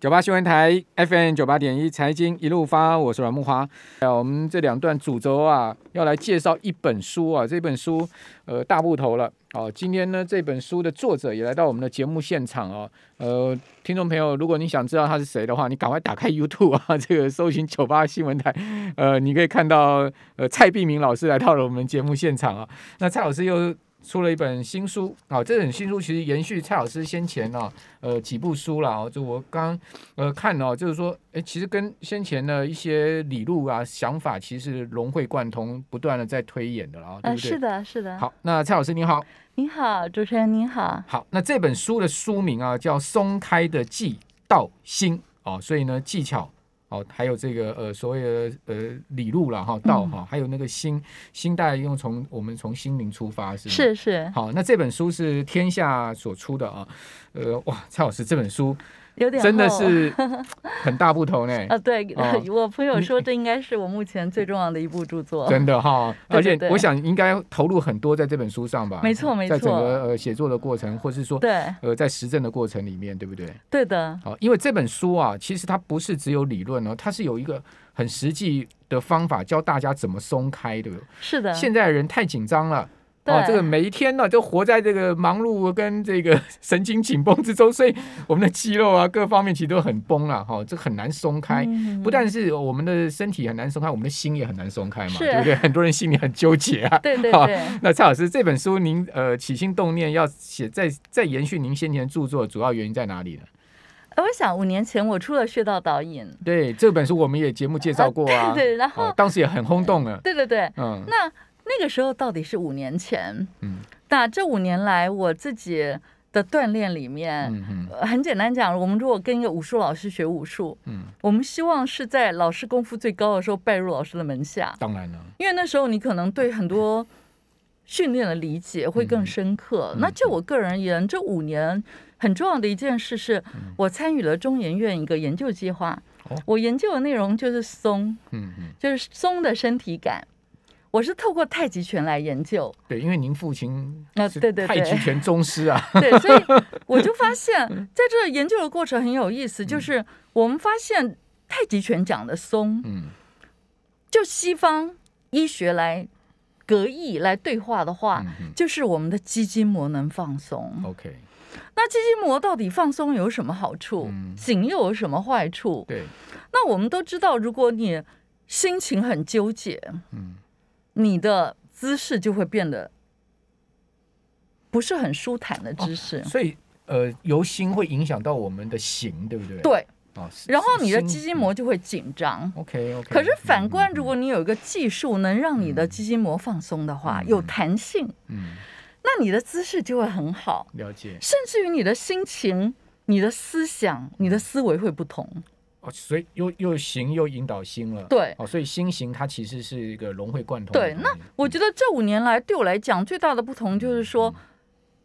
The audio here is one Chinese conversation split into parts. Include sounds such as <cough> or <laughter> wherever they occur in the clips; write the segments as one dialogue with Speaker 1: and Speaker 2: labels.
Speaker 1: 九八新闻台 FM 九八点一财经一路发，我是阮木华。呃，我们这两段主轴啊，要来介绍一本书啊，这本书呃大部头了。哦，今天呢这本书的作者也来到我们的节目现场哦。呃，听众朋友，如果你想知道他是谁的话，你赶快打开 YouTube 啊， <laughs> 这个搜寻九八新闻台，呃，你可以看到呃蔡碧明老师来到了我们节目现场啊。那蔡老师又。出了一本新书啊、哦，这本新书其实延续蔡老师先前呢、哦，呃几部书了哦，就我刚呃看哦，就是说，哎，其实跟先前的一些理路啊、想法，其实融会贯通，不断的在推演的了啊、哦，对不对、
Speaker 2: 呃？是的，是的。
Speaker 1: 好，那蔡老师你好，
Speaker 2: 你好，主持人你好。
Speaker 1: 好，那这本书的书名啊叫《松开的技道心》哦，所以呢技巧。哦，还有这个呃所谓的呃理路了
Speaker 2: 嗯
Speaker 1: 哈，道哈、哦，还有那个心心，大概用从我们从心灵出发是
Speaker 2: 是是。
Speaker 1: 好，那这本书是天下所出的啊，呃哇，蔡老师这本书
Speaker 2: 有点
Speaker 1: 真的是很大不同呢。啊
Speaker 2: 啊哦 <laughs> 呃，对，哦、我朋友说这应该是我目前最重要的一部著作。
Speaker 1: 嗯真的哈、哦，而且我想应该投入很多在这本书上吧。
Speaker 2: 没错没错，
Speaker 1: 在整个呃写作的过程，或是说
Speaker 2: 对
Speaker 1: 呃在实证的过程里面，对不对？
Speaker 2: 对的。
Speaker 1: 好，因为这本书啊，其实它不是只有理论。哦它是有一个很实际的方法，教大家怎么松开，对不对？
Speaker 2: 是的，嗯
Speaker 1: 现在人太紧张了，
Speaker 2: 哦，
Speaker 1: 这个每一天呢、啊、都活在这个忙碌跟这个 <laughs> 神经紧绷之中，所以我们的肌肉啊各方面其实都很绷了、啊，哈、哦，这很难松开。嗯、不但是我们的身体很难松开，我们的心也很难松开嘛，对不对？很多人心里很纠结啊。
Speaker 2: 对对对。哦、
Speaker 1: <laughs> 那蔡老师这本书您，您呃起心动念要写，再再延续您先前著作，主要原因在哪里呢？
Speaker 2: 我想五年前我出了《穴道导引》，
Speaker 1: 对这本书我们也节目介绍过啊，
Speaker 2: 啊 <laughs> 对,对，然后、
Speaker 1: 哦、当时也很轰动啊，
Speaker 2: 对对对，嗯，那那个时候到底是五年前，嗯，那这五年来我自己的锻炼里面，嗯、呃、很简单讲，我们如果跟一个武术老师学武术，嗯，我们希望是在老师功夫最高的时候拜入老师的门下，
Speaker 1: 当然了，
Speaker 2: 因为那时候你可能对很多训练的理解会更深刻。嗯、那就我个人而言，这五年。很重要的一件事是，我参与了中研院一个研究计划。嗯、我研究的内容就是松，嗯嗯，就是松的身体感。我是透过太极拳来研 <laughs> 究。
Speaker 1: 对，因为您父亲
Speaker 2: 啊，对对对，
Speaker 1: 太极拳宗师啊。
Speaker 2: <laughs> 呃、对,对,对,对，所以我就发现，在这研究的过程很有意思，就是我们发现太极拳讲的松，嗯，就西方医学来。隔意来对话的话，嗯、就是我们的肌筋膜能放松。
Speaker 1: 嗯 OK，
Speaker 2: 那肌筋膜到底放松有什么好处？嗯、紧又有什么坏处？
Speaker 1: 对，
Speaker 2: 那我们都知道，如果你心情很纠结，嗯，你的姿势就会变得不是很舒坦的姿势。哦、
Speaker 1: 所以，呃，由心会影响到我们的形，对不对？
Speaker 2: 对。哦、然后你的肌筋膜就会紧张。
Speaker 1: 嗯、OK OK。
Speaker 2: 可是反观，如果你有一个技术能让你的肌筋膜放松的嗯话，嗯、有弹性，嗯，那你的姿势就会很好。
Speaker 1: 了解。
Speaker 2: 甚至于你的心情、你的思想、你的思维会不同。
Speaker 1: 哦，所以又又形又引导心了。
Speaker 2: 对。
Speaker 1: 哦，所以心形它其实是一个融会贯通。
Speaker 2: 对。那我觉得这五年来对我来讲最大的不同就是说，嗯、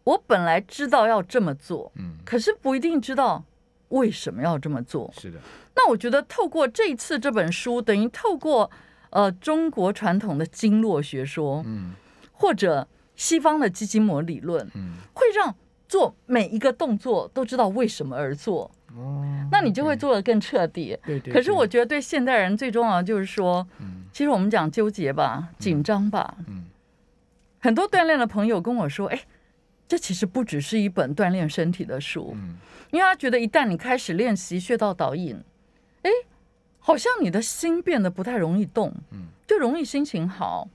Speaker 2: 我本来知道要这么做，嗯，可是不一定知道。为什么要这么做？
Speaker 1: 是的，
Speaker 2: 那我觉得透过这次这本书，等于透过呃中国传统的经络学说，嗯，或者西方的肌筋膜理论，嗯，会让做每一个动作都知道为什么而做，哦，那你就会做的更彻底。
Speaker 1: 对对。
Speaker 2: 可是我觉得对现代人最重要的就是说，嗯，其实我们讲纠结吧，紧张吧，嗯，很多锻炼的朋友跟我说，哎。这其实不只是一本锻炼身体的书，嗯，因为他觉得一旦你开始练习穴道导引，哎，好像你的心变得不太容易动，嗯，就容易心情好。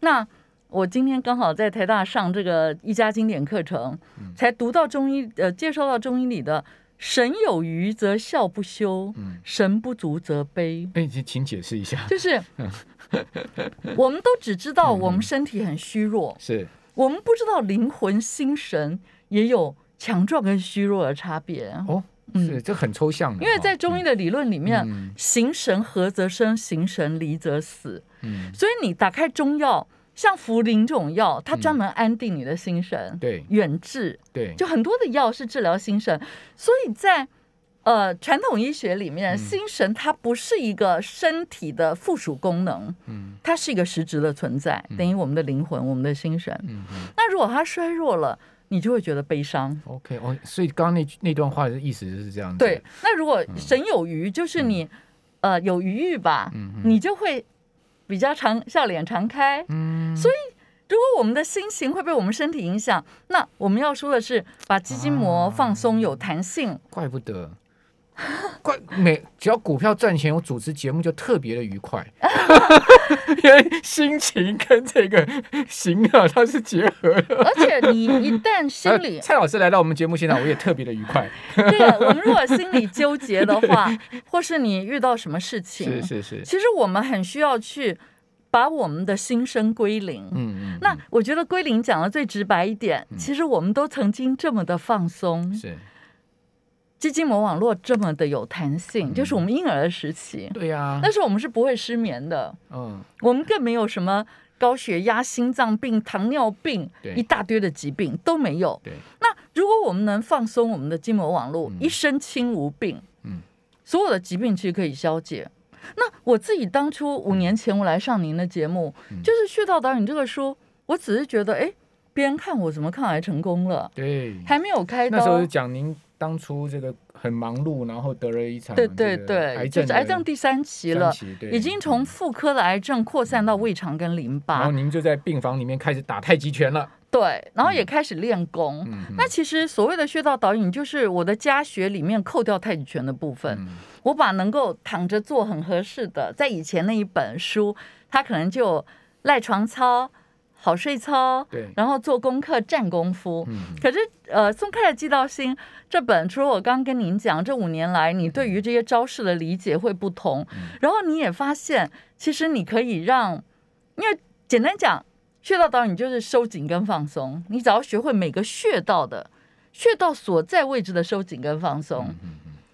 Speaker 2: 那我今天刚好在台大上这个一家经典课程，嗯、才读到中医，呃，介绍到中医里的“神有余则笑不休，嗯、神不足则悲”。
Speaker 1: 哎，请请解释一下，
Speaker 2: <laughs> 就是我们都只知道我们身体很虚弱，
Speaker 1: 嗯、是。
Speaker 2: 我们不知道灵魂、心神也有强壮跟虚弱的差别
Speaker 1: 哦，嗯，这很抽象的。
Speaker 2: 因为在中医的理论里面，嗯、形神合则生，形神离则死。嗯，所以你打开中药，像茯苓这种药，它专门安定你的心神，
Speaker 1: 对、嗯，
Speaker 2: 远志，
Speaker 1: 对，
Speaker 2: 就很多的药是治疗心神。所以在呃传统医学里面，嗯、心神它不是一个身体的附属功能，嗯。它嗯是一个实质的存在，等于我们的灵魂、我们的心神。嗯、那如果它衰弱了，你就会觉得悲伤。
Speaker 1: OK，哦，所以刚刚那句那段话的意思是这样子。
Speaker 2: 对，，嗯那如果神有余，就是你、呃有余裕吧，你就会比较常笑脸常开。
Speaker 1: 嗯，
Speaker 2: 所如果我们的心情会被我们身体影响，那我们要说的是把肌筋膜放松，有弹性。
Speaker 1: 怪不得， <laughs> 怪每只要股票赚钱，我主持节目就特别的愉快， <laughs> 因为心情跟这个行啊，它是结合的。
Speaker 2: 而且你一旦心里
Speaker 1: 呃
Speaker 2: <laughs>
Speaker 1: 蔡老师来到我们节目现场，我也特别的愉快。
Speaker 2: 对啊，我们如果心里纠结的话，或是你遇到什么事情
Speaker 1: 是，是是，
Speaker 2: 其实我们很需要去把我们的心声归零。
Speaker 1: 嗯嗯，
Speaker 2: 那我觉得归零讲的最直白一点，其实我们都曾经这么的放松，
Speaker 1: 嗯是
Speaker 2: 肌筋膜网络这么的有弹性，就是我们婴儿的时期，
Speaker 1: 对呀、
Speaker 2: 那时候我们是不会失眠的，
Speaker 1: 嗯，
Speaker 2: 我们更没有什么高血压、心脏病、糖尿病
Speaker 1: 对
Speaker 2: 一大堆的疾病都没有。
Speaker 1: 对，
Speaker 2: 那如果我们能放松我们的筋膜网络，
Speaker 1: 嗯
Speaker 2: 一身轻无病，
Speaker 1: 嗯，
Speaker 2: 所有的疾病其实可以消解。那我自己当初五年前我来上您的节目，
Speaker 1: 嗯
Speaker 2: 就是《穴道导引》这个书，我只是觉得，哎，别人看我怎么抗癌成功了，
Speaker 1: 对。
Speaker 2: 还没有开
Speaker 1: 嗯那时候
Speaker 2: 刀
Speaker 1: 是，讲您当初这个很忙碌，然后得了一场
Speaker 2: 对
Speaker 1: 这
Speaker 2: 对
Speaker 1: 个
Speaker 2: 对，
Speaker 1: 癌
Speaker 2: 就
Speaker 1: 症
Speaker 2: 是
Speaker 1: 的
Speaker 2: 癌症第三期
Speaker 1: 三
Speaker 2: 了，
Speaker 1: 期，对嗯
Speaker 2: 已经从妇科的癌症扩散到胃肠跟淋巴，
Speaker 1: 然后您就在病房里面开始打太极拳了。
Speaker 2: 对，然后也开始练功。
Speaker 1: 嗯嗯
Speaker 2: 那其实所谓的穴道导引，就是我的家学里面扣掉太极拳的部分，
Speaker 1: 嗯
Speaker 2: 我把能够躺着做很合适的，在以前那一本书，它可能就有赖床操、好睡操，
Speaker 1: 对，
Speaker 2: 然后做功课、站功夫。
Speaker 1: 嗯，
Speaker 2: 可是，呃，松开了寄到心这本，除了我刚跟您讲，这五年来你对于这些招式的理解会不同，然后你也发现，其实你可以让，因为简单讲，穴道导引就是收紧跟放松，你只要学会每个穴道的穴道所在位置的收紧跟放
Speaker 1: 嗯
Speaker 2: 松。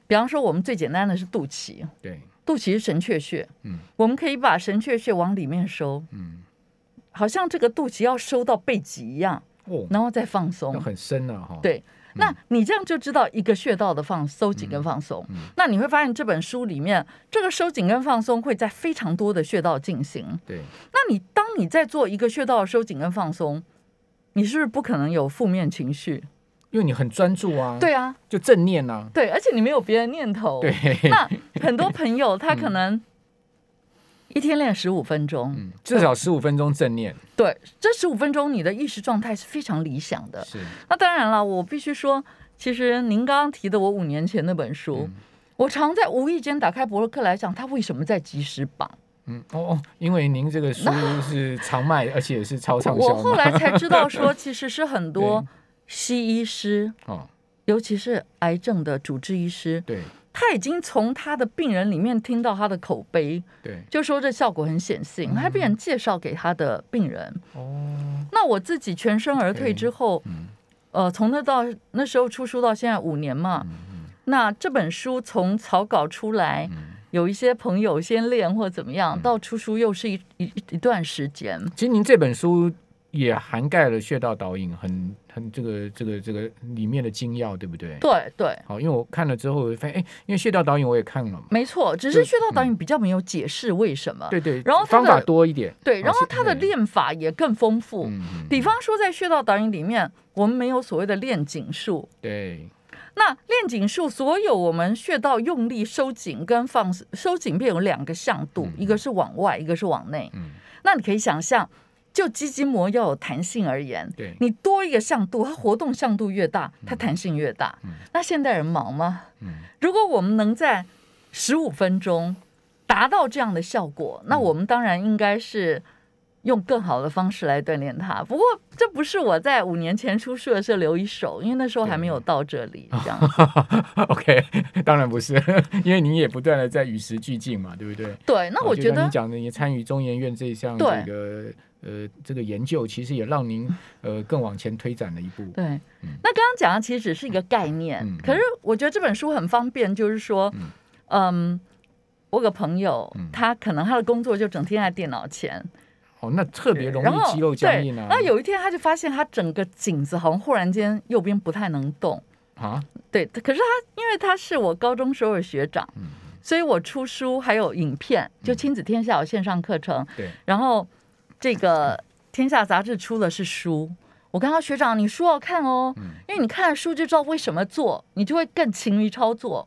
Speaker 2: 比方说，我们最简单的是肚脐，
Speaker 1: 对，
Speaker 2: 肚脐是神阙穴，
Speaker 1: 嗯，
Speaker 2: 我们可以把神阙穴往里面收，
Speaker 1: 嗯，
Speaker 2: 好像这个肚脐要收到背脊一样，
Speaker 1: 哦，
Speaker 2: 然后再放松
Speaker 1: 那。很嗯深了哈。，
Speaker 2: 对，那你这样就知道一个穴道的放收紧跟放松。
Speaker 1: 嗯
Speaker 2: 那你会发现这本书里面，这个收紧跟放松会在非常多的穴道进行。
Speaker 1: 对，
Speaker 2: 那你当你在做一个穴道的收紧跟放松，你是不是不可能有负面情绪？
Speaker 1: 因为你很专注啊，，
Speaker 2: 对啊，
Speaker 1: 就正念呐，
Speaker 2: 对，而且你没有别的念头。
Speaker 1: 对，
Speaker 2: 那很多朋友他可能一天练十五分钟，
Speaker 1: 嗯至少十五分钟正念
Speaker 2: 对，这十五分钟你的意识状态是非常理想的。
Speaker 1: 是，
Speaker 2: 那当然了，我必须说，其实您刚刚提的我五年前那本书，
Speaker 1: 嗯
Speaker 2: 我常在无意间打开博客来想，它为什么在即时
Speaker 1: <laughs>
Speaker 2: 榜？
Speaker 1: 嗯，哦哦，因为您这个书是常卖，而且是超畅
Speaker 2: 我
Speaker 1: 销
Speaker 2: 后
Speaker 1: 嘛，
Speaker 2: 来才知道说，其实是很
Speaker 1: <laughs>
Speaker 2: 多西医师，
Speaker 1: 哦，
Speaker 2: 尤其是癌症的主治医师，
Speaker 1: 对
Speaker 2: 他已经从他的病人里面听到他的口碑，
Speaker 1: 对，
Speaker 2: 就说这效果很显性，
Speaker 1: 嗯
Speaker 2: 他病人介绍给他的病人。
Speaker 1: 哦，
Speaker 2: 那我自己全身而退之后，
Speaker 1: 嗯
Speaker 2: 呃，从那到那时候出书到现在五年嘛，
Speaker 1: 嗯
Speaker 2: 那这本书从草稿出来，
Speaker 1: 嗯
Speaker 2: 有一些朋友先练或怎么样，到出书又是一一一一段时间。
Speaker 1: 其实您这本书也涵盖了穴道导引，很很这个这个这个里面的精要，对不对？
Speaker 2: 对对，
Speaker 1: 好，因为我看了之后，我就发现，哎，因为穴道导引我也看了嘛，
Speaker 2: 没错，只是
Speaker 1: 对嗯
Speaker 2: 穴道导引比较没有解释为什么。
Speaker 1: 对对，
Speaker 2: 然后它
Speaker 1: 方
Speaker 2: 的
Speaker 1: 法多一点，
Speaker 2: 对，然后
Speaker 1: 是
Speaker 2: 它的
Speaker 1: 嗯
Speaker 2: 练法也更丰富。
Speaker 1: 嗯，嗯
Speaker 2: 哦比方说，在穴道导引里面，我们没有所谓的练紧术，
Speaker 1: 嗯对，
Speaker 2: 那练紧术，所有我们穴道用力收紧跟放收紧便有两个向度，一个是往外，一个是往内。
Speaker 1: 嗯
Speaker 2: 那你可以想象，就肌筋膜要有弹性而言，
Speaker 1: 对，
Speaker 2: 你多一个向度，它活动向度越大，它弹性越大。那现代人忙吗？
Speaker 1: 嗯 <laughs>
Speaker 2: 如果我们能在十五分钟达到这样的效果，那我们当然应该是用更好的方式来锻炼它。不过这不是我在五年前出书的时候留一手，因为那时候还没有到这里。这样
Speaker 1: OK，当然不是， <laughs> 因为你也不断的在与时俱进嘛，对不对？
Speaker 2: 对，那
Speaker 1: 啊
Speaker 2: 我
Speaker 1: 就
Speaker 2: 觉
Speaker 1: 像
Speaker 2: 得
Speaker 1: 你讲的，也参与中研院这一项
Speaker 2: 对
Speaker 1: 这个呃这个研究，其实也让
Speaker 2: <laughs>
Speaker 1: 您呃更往前推展了一步。
Speaker 2: 对。那刚刚讲的其实只是一个概念，
Speaker 1: 嗯嗯嗯
Speaker 2: 可是我觉得这本书很方便，就是说，嗯。我有个朋友，
Speaker 1: 嗯
Speaker 2: 他可能他的工作就整天在电脑前，
Speaker 1: 哦，那特别容
Speaker 2: 然
Speaker 1: 易
Speaker 2: 后
Speaker 1: 肌肉僵
Speaker 2: 对，
Speaker 1: 硬啊。
Speaker 2: 然后有一天他就发现他整个颈子好像忽然间右边不太能动，
Speaker 1: 啊，
Speaker 2: 对，可是他因为他是我高中时候的学长，
Speaker 1: 嗯
Speaker 2: 所以我出书还有影片，就亲子天下有线上课程，
Speaker 1: 对
Speaker 2: 然后这个天下杂志出的是书，我跟他说学长，你书要看哦，因为你看了书就知道为什么做，你就会更勤于操作。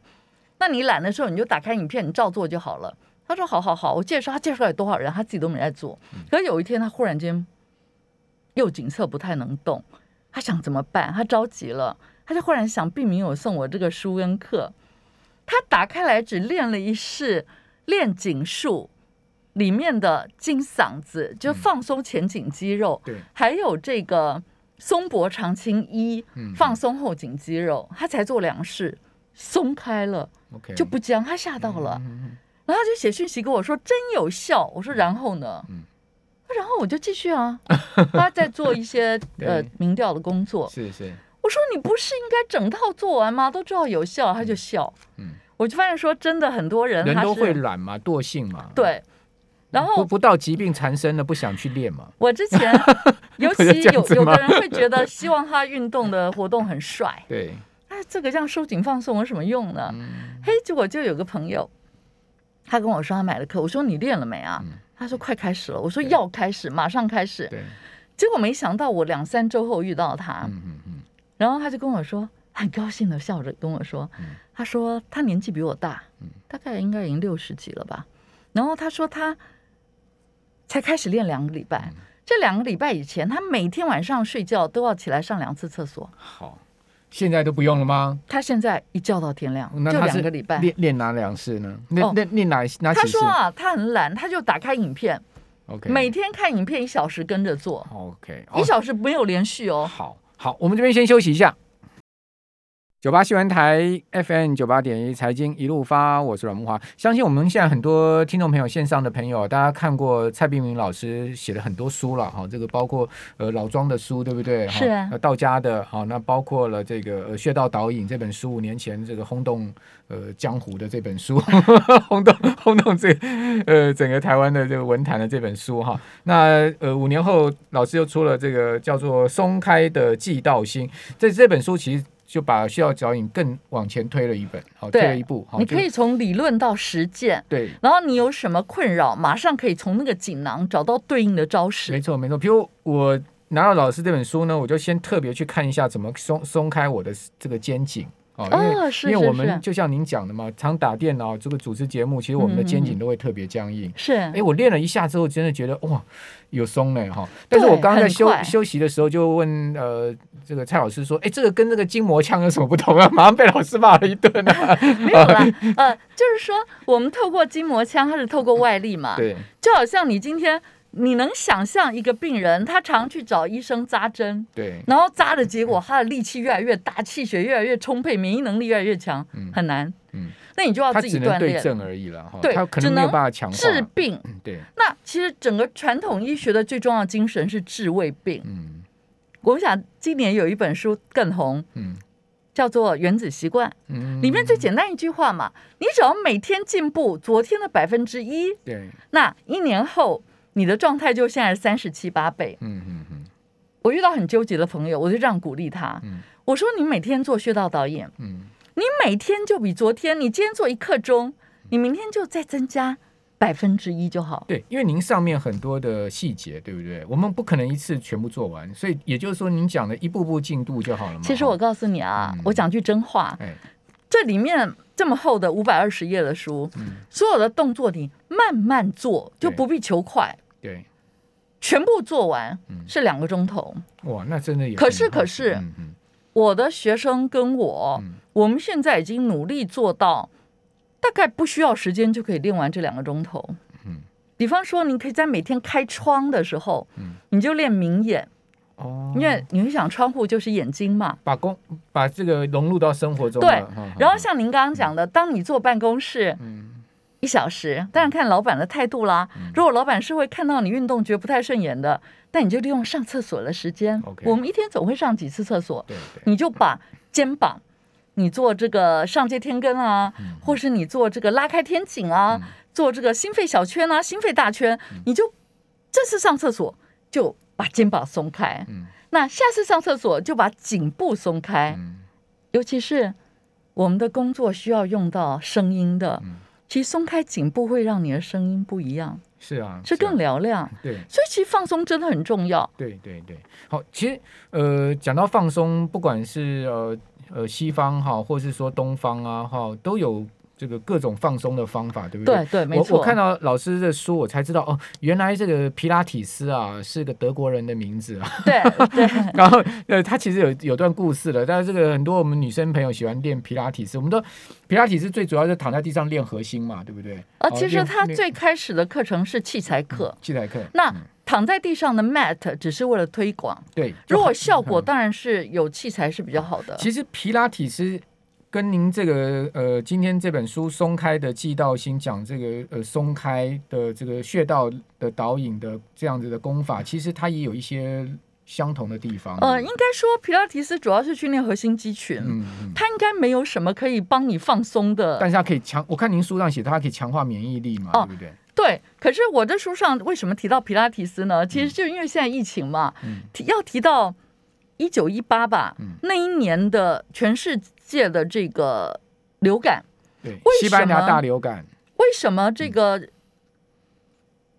Speaker 2: 那你懒的时候，你就打开影片，你照做就好了。他说好好好，我介绍他介绍给多少人，他自己都没在做。可是有一天，他忽然间右颈侧不太能动，他想怎么办？他着急了，他就忽然想，并没有送我这个书跟课。他打开来只练了一式练颈术里面的经嗓子，就放松前颈肌肉，
Speaker 1: 对，
Speaker 2: 还有这个松柏长青一
Speaker 1: 嗯
Speaker 2: 放松后颈肌肉，他才做两式，松开了
Speaker 1: ，OK，
Speaker 2: 就不僵，他吓到了。
Speaker 1: 嗯，
Speaker 2: 然后他就写讯息给我说真有效，我说然后呢？
Speaker 1: 嗯
Speaker 2: 然后我就继
Speaker 1: <laughs>
Speaker 2: 续啊，他在做一些呃
Speaker 1: 对
Speaker 2: 民调的工作。
Speaker 1: 嗯是是，
Speaker 2: 我说你不是应该整套做完吗？都知道有效，他就笑。
Speaker 1: 嗯，
Speaker 2: 我就发现说真的，很多人
Speaker 1: 人
Speaker 2: 他
Speaker 1: 都
Speaker 2: 是
Speaker 1: 会懒嘛，惰性嘛，，嗯
Speaker 2: 对。然
Speaker 1: 不
Speaker 2: 后
Speaker 1: 不到疾病缠身了，不想去练嘛，
Speaker 2: 我
Speaker 1: <laughs>
Speaker 2: 之前尤
Speaker 1: 不
Speaker 2: 其
Speaker 1: 是这样
Speaker 2: 有
Speaker 1: 子
Speaker 2: 有的
Speaker 1: 吗
Speaker 2: 人会觉得希望他运动的活动很帅，
Speaker 1: 对，
Speaker 2: 哎，这个这样收紧放松有什么用呢？
Speaker 1: 嗯，
Speaker 2: 嘿，结果就有个朋友，他跟我说他买了课，我说你练了没啊？他说快开始了，我说
Speaker 1: 嗯对
Speaker 2: 要开始，马上开始。
Speaker 1: 对，
Speaker 2: 结果没想到我两三周后遇到他，
Speaker 1: 嗯嗯嗯，
Speaker 2: 然后他就跟我说，很高兴的笑着跟我说，
Speaker 1: 嗯
Speaker 2: 他说他年纪比我大，大概应该已经六十几了吧。然后他说他才开始练两个礼
Speaker 1: 嗯
Speaker 2: 拜，这两个礼拜以前，他每天晚上睡觉都要起来上两次厕所。
Speaker 1: 好，现在都不用了吗？
Speaker 2: 他现在一觉到天亮，
Speaker 1: 那
Speaker 2: 就
Speaker 1: 他是
Speaker 2: 两个礼拜。
Speaker 1: 练练哪两式呢？
Speaker 2: 哦
Speaker 1: 练练练哪哪
Speaker 2: 他
Speaker 1: 几式
Speaker 2: 说啊，他很懒，他就打开影片，
Speaker 1: ？OK，
Speaker 2: 每天看影片一小时跟着做，
Speaker 1: OK，
Speaker 2: 一小时没有连续哦。
Speaker 1: 好好，我们这边先休息一下。九八新闻台 FM 九八点一财经一路发，我是阮木华。相信我们现在很多听众朋友、线上的朋友，大家看过蔡碧明老师写的很多书了哈，这个包括呃老庄的书，对不对？哈
Speaker 2: 是啊
Speaker 1: 呃道家的哈，那包括了这个呃穴道导引这本书，五年前这个轰动呃江湖的这本书， <laughs> 轰动轰动这呃整个台湾的这个文坛的这本书哈。那呃，五年后老师又出了这个叫做《松开的寄道心》，这这本书其实就把需要脚引更往前推了一本，好、推
Speaker 2: 对
Speaker 1: 了一步，好、
Speaker 2: 你
Speaker 1: 就
Speaker 2: 可以从理论到实践，
Speaker 1: 对，
Speaker 2: 然后你有什么困扰，马上可以从那个锦囊找到对应的招
Speaker 1: 没
Speaker 2: 式。
Speaker 1: 错没错。比如我拿到老师这本书呢，我就先特别去看一下怎么松松开我的这个肩颈。哦，因为、
Speaker 2: 哦是
Speaker 1: 因为
Speaker 2: 是
Speaker 1: 我们
Speaker 2: 是
Speaker 1: 就像您讲的嘛，常打电脑这个主持节目，其实我们的
Speaker 2: 嗯
Speaker 1: 肩颈都会特别僵硬。<laughs>
Speaker 2: 是，
Speaker 1: 哎，我练了一下之后，真的觉得哇，有松了哈。但是我刚刚在
Speaker 2: 很
Speaker 1: 休
Speaker 2: 快
Speaker 1: 休息的时候，就问呃这个蔡老师说，哎，这个跟那个筋膜枪有什么不同啊？马 <laughs> 上被老师骂了一顿啊。
Speaker 2: 没有啦，呃，就是说我们透过筋膜枪，它是透过外力嘛，
Speaker 1: 对，
Speaker 2: 就好像你今天。你能想象一个病人，他常去找医生扎针，
Speaker 1: 对，
Speaker 2: 然后扎的结果，他的力气越来越大，气血越来越充沛，免疫能力越来越强，
Speaker 1: 嗯
Speaker 2: 很难。
Speaker 1: 嗯
Speaker 2: 那你就要
Speaker 1: 他
Speaker 2: 自己
Speaker 1: 只
Speaker 2: 锻
Speaker 1: 能对
Speaker 2: 炼
Speaker 1: 症而已了哈，
Speaker 2: 对
Speaker 1: 他可
Speaker 2: 只
Speaker 1: 能没有
Speaker 2: 能
Speaker 1: 办法强化。
Speaker 2: 治病。
Speaker 1: 嗯对，
Speaker 2: 那其实整个传统医学的最重要精神是治未病。
Speaker 1: 嗯
Speaker 2: 我想今年有一本书更红，
Speaker 1: 嗯
Speaker 2: 叫做《原子习惯》，
Speaker 1: 嗯，
Speaker 2: 里面最简单一句话嘛，你只要每天进步昨天的百分之一，
Speaker 1: 对，
Speaker 2: 那一年后你的状态就现在三十七八倍。
Speaker 1: 嗯嗯嗯
Speaker 2: 我遇到很纠结的朋友，我就这样鼓励他
Speaker 1: 嗯，
Speaker 2: 我说你每天做穴道导演，
Speaker 1: 嗯，
Speaker 2: 你每天就比昨天，你今天做一刻钟，你明天就再增加百分之一就好。
Speaker 1: 对，因为您上面很多的细节，对不对？我们不可能一次全部做完，所以也就是说，您讲的一步步进度就好了嘛。
Speaker 2: 其实
Speaker 1: 哈
Speaker 2: 我，告诉你啊
Speaker 1: 嗯，
Speaker 2: 我讲句真话，
Speaker 1: 哎，
Speaker 2: 这里面这么厚的五百二十页的书，
Speaker 1: 嗯，
Speaker 2: 所有的动作你慢慢做，就
Speaker 1: 对
Speaker 2: 不必求快，
Speaker 1: 对。
Speaker 2: 全部做完
Speaker 1: 嗯
Speaker 2: 是两个钟头。
Speaker 1: 哇，那真的也
Speaker 2: 可
Speaker 1: 很
Speaker 2: 是
Speaker 1: 好
Speaker 2: 可
Speaker 1: 奇
Speaker 2: 是
Speaker 1: 嗯嗯，
Speaker 2: 我的学生跟我
Speaker 1: 嗯，
Speaker 2: 我们现在已经努力做到，大概不需要时间就可以练完这两个钟头
Speaker 1: 嗯。
Speaker 2: 比方说，你可以在每天开窗的时候
Speaker 1: 嗯，
Speaker 2: 你就练明眼，
Speaker 1: 哦，
Speaker 2: 因为你会想窗户就是眼睛嘛。
Speaker 1: 把工把这个融入到生活中
Speaker 2: 对
Speaker 1: 了，哈哈
Speaker 2: 然后像您刚刚讲的，当你坐办公室
Speaker 1: 嗯
Speaker 2: 一小时，当然看老板的态度啦。如果老板是会看到你运动觉得不太顺眼的，那你就利用上厕所的时间。
Speaker 1: OK
Speaker 2: 我们一天总会上几次厕所，
Speaker 1: 对对
Speaker 2: 你就把肩膀，你做这个上接天根啊，
Speaker 1: 嗯
Speaker 2: 或是你做这个拉开天井啊，做这个心肺小圈啊、心肺大圈，
Speaker 1: 嗯
Speaker 2: 你就这次上厕所就把肩膀松开，
Speaker 1: 嗯
Speaker 2: 那下次上厕所就把颈部松开，
Speaker 1: 嗯嗯
Speaker 2: 尤其是我们的工作需要用到声音的。其实松开颈部会让你的声音不一样，
Speaker 1: 是啊，
Speaker 2: 是
Speaker 1: 啊
Speaker 2: 更嘹亮。
Speaker 1: 对。
Speaker 2: 所以其实放松真的很重要。
Speaker 1: 对对对，好，其实呃，讲到放松，不管是呃呃西方哈，或是说东方啊哈，都有这个各种放松的方法，对不
Speaker 2: 对对，没
Speaker 1: 我
Speaker 2: 错。
Speaker 1: 我看到老师的书，我才知道哦，原来这个皮拉提斯啊是个德国人的名字啊。
Speaker 2: 对
Speaker 1: <laughs>
Speaker 2: 对 <laughs>
Speaker 1: 然后呃，他其实有有段故事了，但是这个很多我们女生朋友喜欢练皮拉提斯，我们都皮拉提斯最主要是躺在地上练核心嘛，对不对？
Speaker 2: 啊，
Speaker 1: 哦
Speaker 2: 其实
Speaker 1: 练
Speaker 2: 他
Speaker 1: 练
Speaker 2: 最开始的课程是器材课，
Speaker 1: 器材课
Speaker 2: 那
Speaker 1: 嗯
Speaker 2: 躺在地上的 mat 只是为了推广。
Speaker 1: 对，
Speaker 2: <laughs> 如果
Speaker 1: 就
Speaker 2: 效果
Speaker 1: 嗯
Speaker 2: 当然是有器材是比较好的。
Speaker 1: 其实皮拉提斯跟您这个呃，今天这本书《松开的记道心》讲这个呃松开的这个穴道的导引的这样子的功法，其实它也有一些相同的地方。
Speaker 2: 呃，应该说皮拉提斯主要是训练核心肌群，
Speaker 1: 嗯嗯，
Speaker 2: 它应该没有什么可以帮你放松
Speaker 1: 但
Speaker 2: 的。
Speaker 1: 是它可以强，我看您书上写的，它可以强化免疫力嘛，
Speaker 2: 哦
Speaker 1: 对不对？
Speaker 2: 对，可是我的书上为什么提到皮拉提斯呢？其实就因为现在疫情嘛，
Speaker 1: 嗯
Speaker 2: 提要提到一九一八吧
Speaker 1: 嗯，
Speaker 2: 那一年的全世界的这个流感，
Speaker 1: 对，
Speaker 2: 为
Speaker 1: 西班
Speaker 2: 什
Speaker 1: 牙
Speaker 2: 么
Speaker 1: 大流感，
Speaker 2: 为什么这
Speaker 1: 嗯
Speaker 2: 个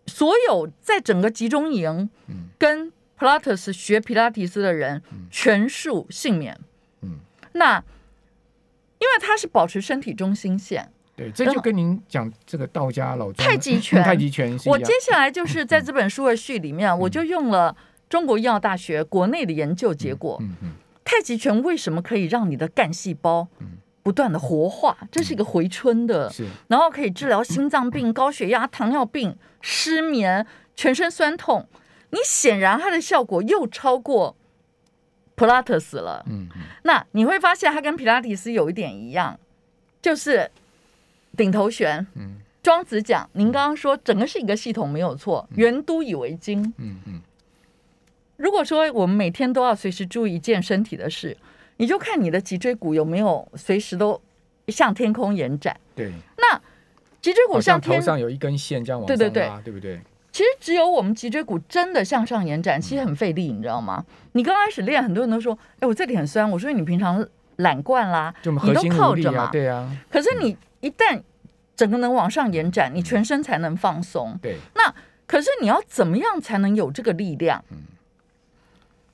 Speaker 2: 所有在整个集中营
Speaker 1: 嗯
Speaker 2: 跟普拉特斯学皮拉提斯的人全数幸免？
Speaker 1: 嗯，
Speaker 2: 那因为他是保持身体中心线。
Speaker 1: 对，这就跟您讲这个道家老庄
Speaker 2: 太极拳
Speaker 1: <laughs> 太极拳是一
Speaker 2: 我
Speaker 1: 样嗯
Speaker 2: 接下来就是在这本书的序里面，我就用了中国医药大学国内的研究结果，
Speaker 1: 嗯嗯
Speaker 2: 太极拳为什么可以让你的干细胞不断的活化？这是一个回春的
Speaker 1: 是嗯
Speaker 2: 然后可以治疗心脏病、高血压、糖尿病、失眠、全身酸痛。你显然它的效果又超过普拉特斯了。
Speaker 1: 嗯嗯
Speaker 2: 那你会发现它跟皮拉提斯有一点一样，就是顶头悬。
Speaker 1: 嗯
Speaker 2: 庄子讲，您刚刚说整个是一个系统没有错，元都以为精。
Speaker 1: 嗯嗯
Speaker 2: 如果说我们每天都要随时注意一件身体的事，你就看你的脊椎骨有没有随时都向天空延展。
Speaker 1: 对，
Speaker 2: 那脊椎骨
Speaker 1: 好像
Speaker 2: 向
Speaker 1: 头
Speaker 2: 天
Speaker 1: 上有一根线这样往
Speaker 2: 对
Speaker 1: 上
Speaker 2: 对
Speaker 1: 拉，对不对？
Speaker 2: 其实只有我们脊椎骨真的向上延
Speaker 1: 嗯
Speaker 2: 展，其实很费力，你知道吗？你刚开始练，很多人都说：“哎，我这里很酸。”我说：“你平常懒惯啦，
Speaker 1: 就我们
Speaker 2: 你
Speaker 1: 核
Speaker 2: 都
Speaker 1: 心
Speaker 2: 靠
Speaker 1: 无力
Speaker 2: 着
Speaker 1: 啊
Speaker 2: 嘛。
Speaker 1: 对啊，”
Speaker 2: 可是你一旦整个能往上延展，你全身才能放松。
Speaker 1: 对。
Speaker 2: 可是你要怎么样才能有这个力量
Speaker 1: 嗯？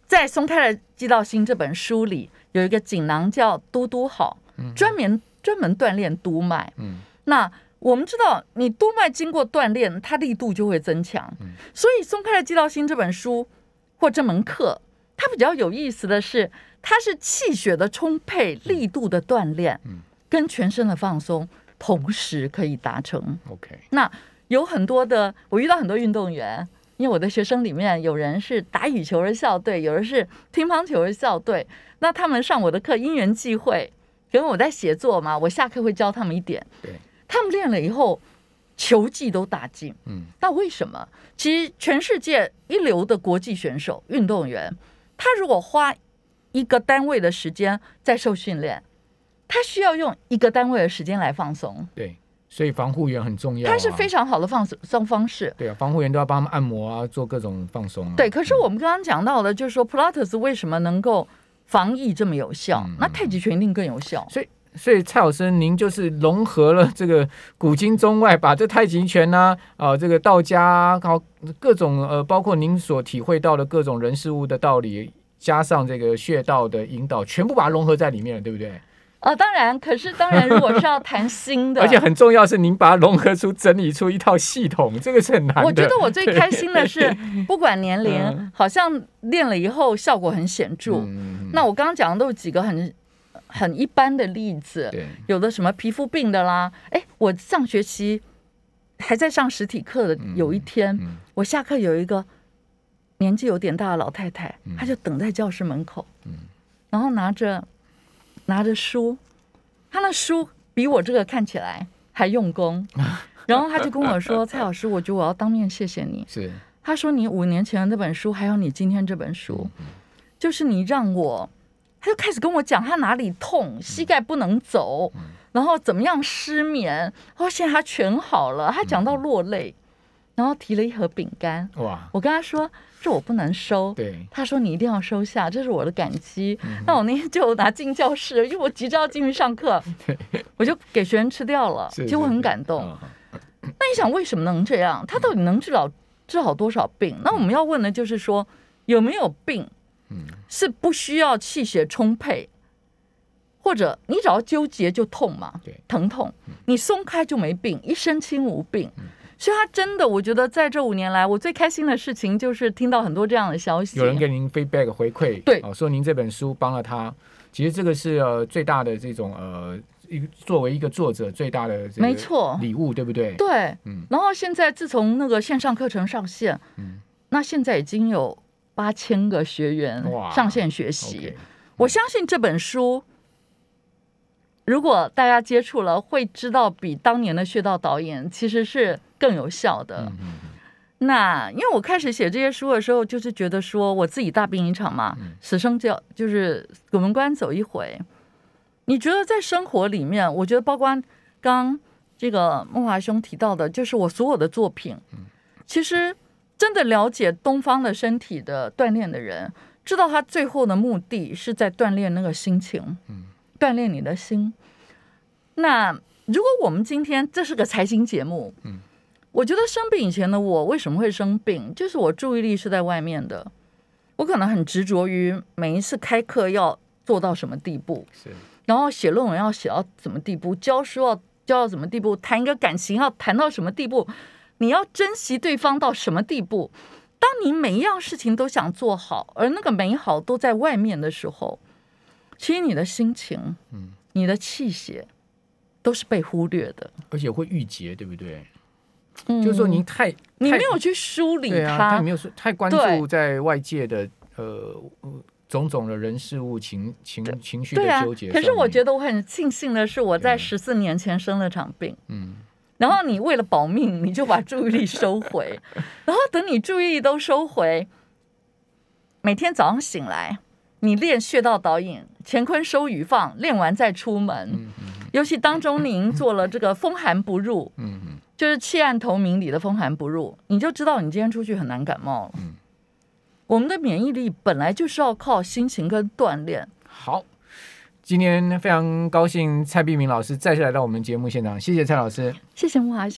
Speaker 2: 在《松开的寄道心》这本书里，有一个锦囊叫嘟嘟好
Speaker 1: 嗯，
Speaker 2: 专门专门锻炼督脉。
Speaker 1: 嗯
Speaker 2: 那我们知道，你督脉经过锻炼，它力度就会增强。
Speaker 1: 嗯
Speaker 2: 所以《松开的寄道心》这本书或这门课，它比较有意思的是，它是气血的充沛、力度的锻炼，
Speaker 1: 嗯
Speaker 2: 跟全身的放松同时可以达成。
Speaker 1: ，OK，
Speaker 2: 那有很多的，我遇到很多运动员，因为我的学生里面有人是打羽球的校队，有人是乒乓球的校队，那他们上我的课因缘际会，因为我在写作嘛，我下课会教他们一点，
Speaker 1: 对，
Speaker 2: 他们练了以后，球技都打进。
Speaker 1: 嗯
Speaker 2: 那为什么？其实全世界一流的国际选手、运动员，他如果花一个单位的时间在受训练，他需要用一个单位的时间来放松，
Speaker 1: 对，所以防护员很重要、啊，
Speaker 2: 它是非常好的放松方式。
Speaker 1: 对啊，防护员都要帮他们按摩啊，做各种放松、啊。
Speaker 2: 对，可是我们刚刚讲到的，就是说普拉特斯为什么能够防疫这么有效？
Speaker 1: 嗯
Speaker 2: 那太极拳一定更有效。
Speaker 1: 所以所以蔡老师，您就是融合了这个古今中外，把这太极拳呐、啊，这个道家啊，好各种呃，包括您所体会到的各种人事物的道理。加上这个穴道的引导，全部把它融合在里面了，对不对？
Speaker 2: 啊，当然，可是当然，如果是要谈新
Speaker 1: <laughs>
Speaker 2: 的，
Speaker 1: 而且很重要是，您把它融合出、整理出一套系统，这个是很难的。
Speaker 2: 我觉得我最开心的是，不管年龄
Speaker 1: 嗯，
Speaker 2: 好像练了以后效果很显著。
Speaker 1: 嗯
Speaker 2: 那我刚刚讲的都是几个很很一般的例子，
Speaker 1: 对，
Speaker 2: 有的什么皮肤病的啦，哎，我上学期还在上实体课的，有一天、
Speaker 1: 嗯
Speaker 2: 我下课有一个年纪有点大的老太太，
Speaker 1: 嗯
Speaker 2: 她就等在教室门口，
Speaker 1: 嗯
Speaker 2: 然后拿着拿着书，她那书比我这个看起来还
Speaker 1: <laughs>
Speaker 2: 用功，然后她就跟我说：“蔡老师，我觉得我要当面谢谢你。
Speaker 1: 是，”
Speaker 2: 她说：“你五年前的那本书，还有你今天这本书，
Speaker 1: 嗯
Speaker 2: 就是你让我，他就开始跟我讲他哪里
Speaker 1: 嗯
Speaker 2: 痛，膝盖不能走，
Speaker 1: 嗯
Speaker 2: 然后怎么样失眠，哦，现在他全好了，他讲到落泪，然后提了一盒饼干。
Speaker 1: 哇，
Speaker 2: 我跟他说这我不能收，
Speaker 1: 对，嗯
Speaker 2: 他说你一定要收下，这是我的感激。那我那天就拿进教室，因为我急着要进去上
Speaker 1: <laughs>
Speaker 2: 课，我就给学生吃掉了，
Speaker 1: 是嗯
Speaker 2: 结果很感动。，那你想为什么能这样？他到底能治疗治好多少病？那我们要问的就是说，有没有病
Speaker 1: 嗯
Speaker 2: 是不需要气血充沛，或者你只要纠结就痛嘛
Speaker 1: 对，嗯
Speaker 2: 疼痛，你松开就没病，一身轻无病。所以他真的，我觉得在这五年来，我最开心的事情就是听到很多这样的消息。
Speaker 1: 有人给您 feedback 回馈，
Speaker 2: 对
Speaker 1: 哦，说您这本书帮了他，其实这个是呃最大的这种呃，一个作为一个作者最大的这个
Speaker 2: 没错
Speaker 1: 礼物，对不对？
Speaker 2: 对，
Speaker 1: 嗯
Speaker 2: 然后现在自从那个线上课程上线，
Speaker 1: 嗯
Speaker 2: 那现在已经有八千个学员
Speaker 1: 哇
Speaker 2: 上线学习。
Speaker 1: ，OK，
Speaker 2: 我相信这本书，如果大家接触了，会知道比当年的穴道导演其实是更有效的。
Speaker 1: 嗯嗯
Speaker 2: 那因为我开始写这些书的时候，就是觉得说我自己大病一场嘛，死生就要就是鬼门关走一回。你觉得在生活里面，我觉得包括刚这个梦华兄提到的，就是我所有的作品，其实真的了解东方的身体的锻炼的人，知道他最后的目的是在锻炼那个心情，锻炼你的心。那如果我们今天这是个财经节目，我觉得生病以前的我为什么会生病，就是我注意力是在外面的，我可能很执着于每一次开课要做到什么地步，
Speaker 1: 是
Speaker 2: 然后写论文要写到什么地步，教书要教到什么地步，谈一个感情要谈到什么地步，你要珍惜对方到什么地步。当你每一样事情都想做好，而那个美好都在外面的时候，其实你的心情，
Speaker 1: 嗯，
Speaker 2: 你的气血都是被忽略的。
Speaker 1: 而且会郁结，对不对？
Speaker 2: 嗯
Speaker 1: 就是说您太
Speaker 2: 你
Speaker 1: 太
Speaker 2: 没有去梳理
Speaker 1: 对啊，
Speaker 2: 它，
Speaker 1: 太没有说太关注
Speaker 2: 对
Speaker 1: 在外界的呃种种的人事物情情情绪
Speaker 2: 对
Speaker 1: 的
Speaker 2: 啊
Speaker 1: 纠结，上面。嗯
Speaker 2: 可是我觉得我很庆幸的是，我在
Speaker 1: 对
Speaker 2: 十四年前生了场病，
Speaker 1: 嗯
Speaker 2: 然后你为了保命，你就把注意力收
Speaker 1: <laughs>
Speaker 2: 回，然后等你注意力都收回，每天早上醒来，你练穴道导引、乾坤收雨放，练完再出门。
Speaker 1: 嗯嗯
Speaker 2: 尤其当中您做了这个风寒不入，
Speaker 1: 嗯嗯
Speaker 2: 就是弃暗投明里的风寒不入，你就知道你今天出去很难感冒了。
Speaker 1: 嗯
Speaker 2: 我们的免疫力本来就是要靠心情跟锻炼。
Speaker 1: 好。今天非常高兴，蔡碧明老师再次来到我们节目现场，谢谢蔡老师。
Speaker 2: 谢谢木华兄。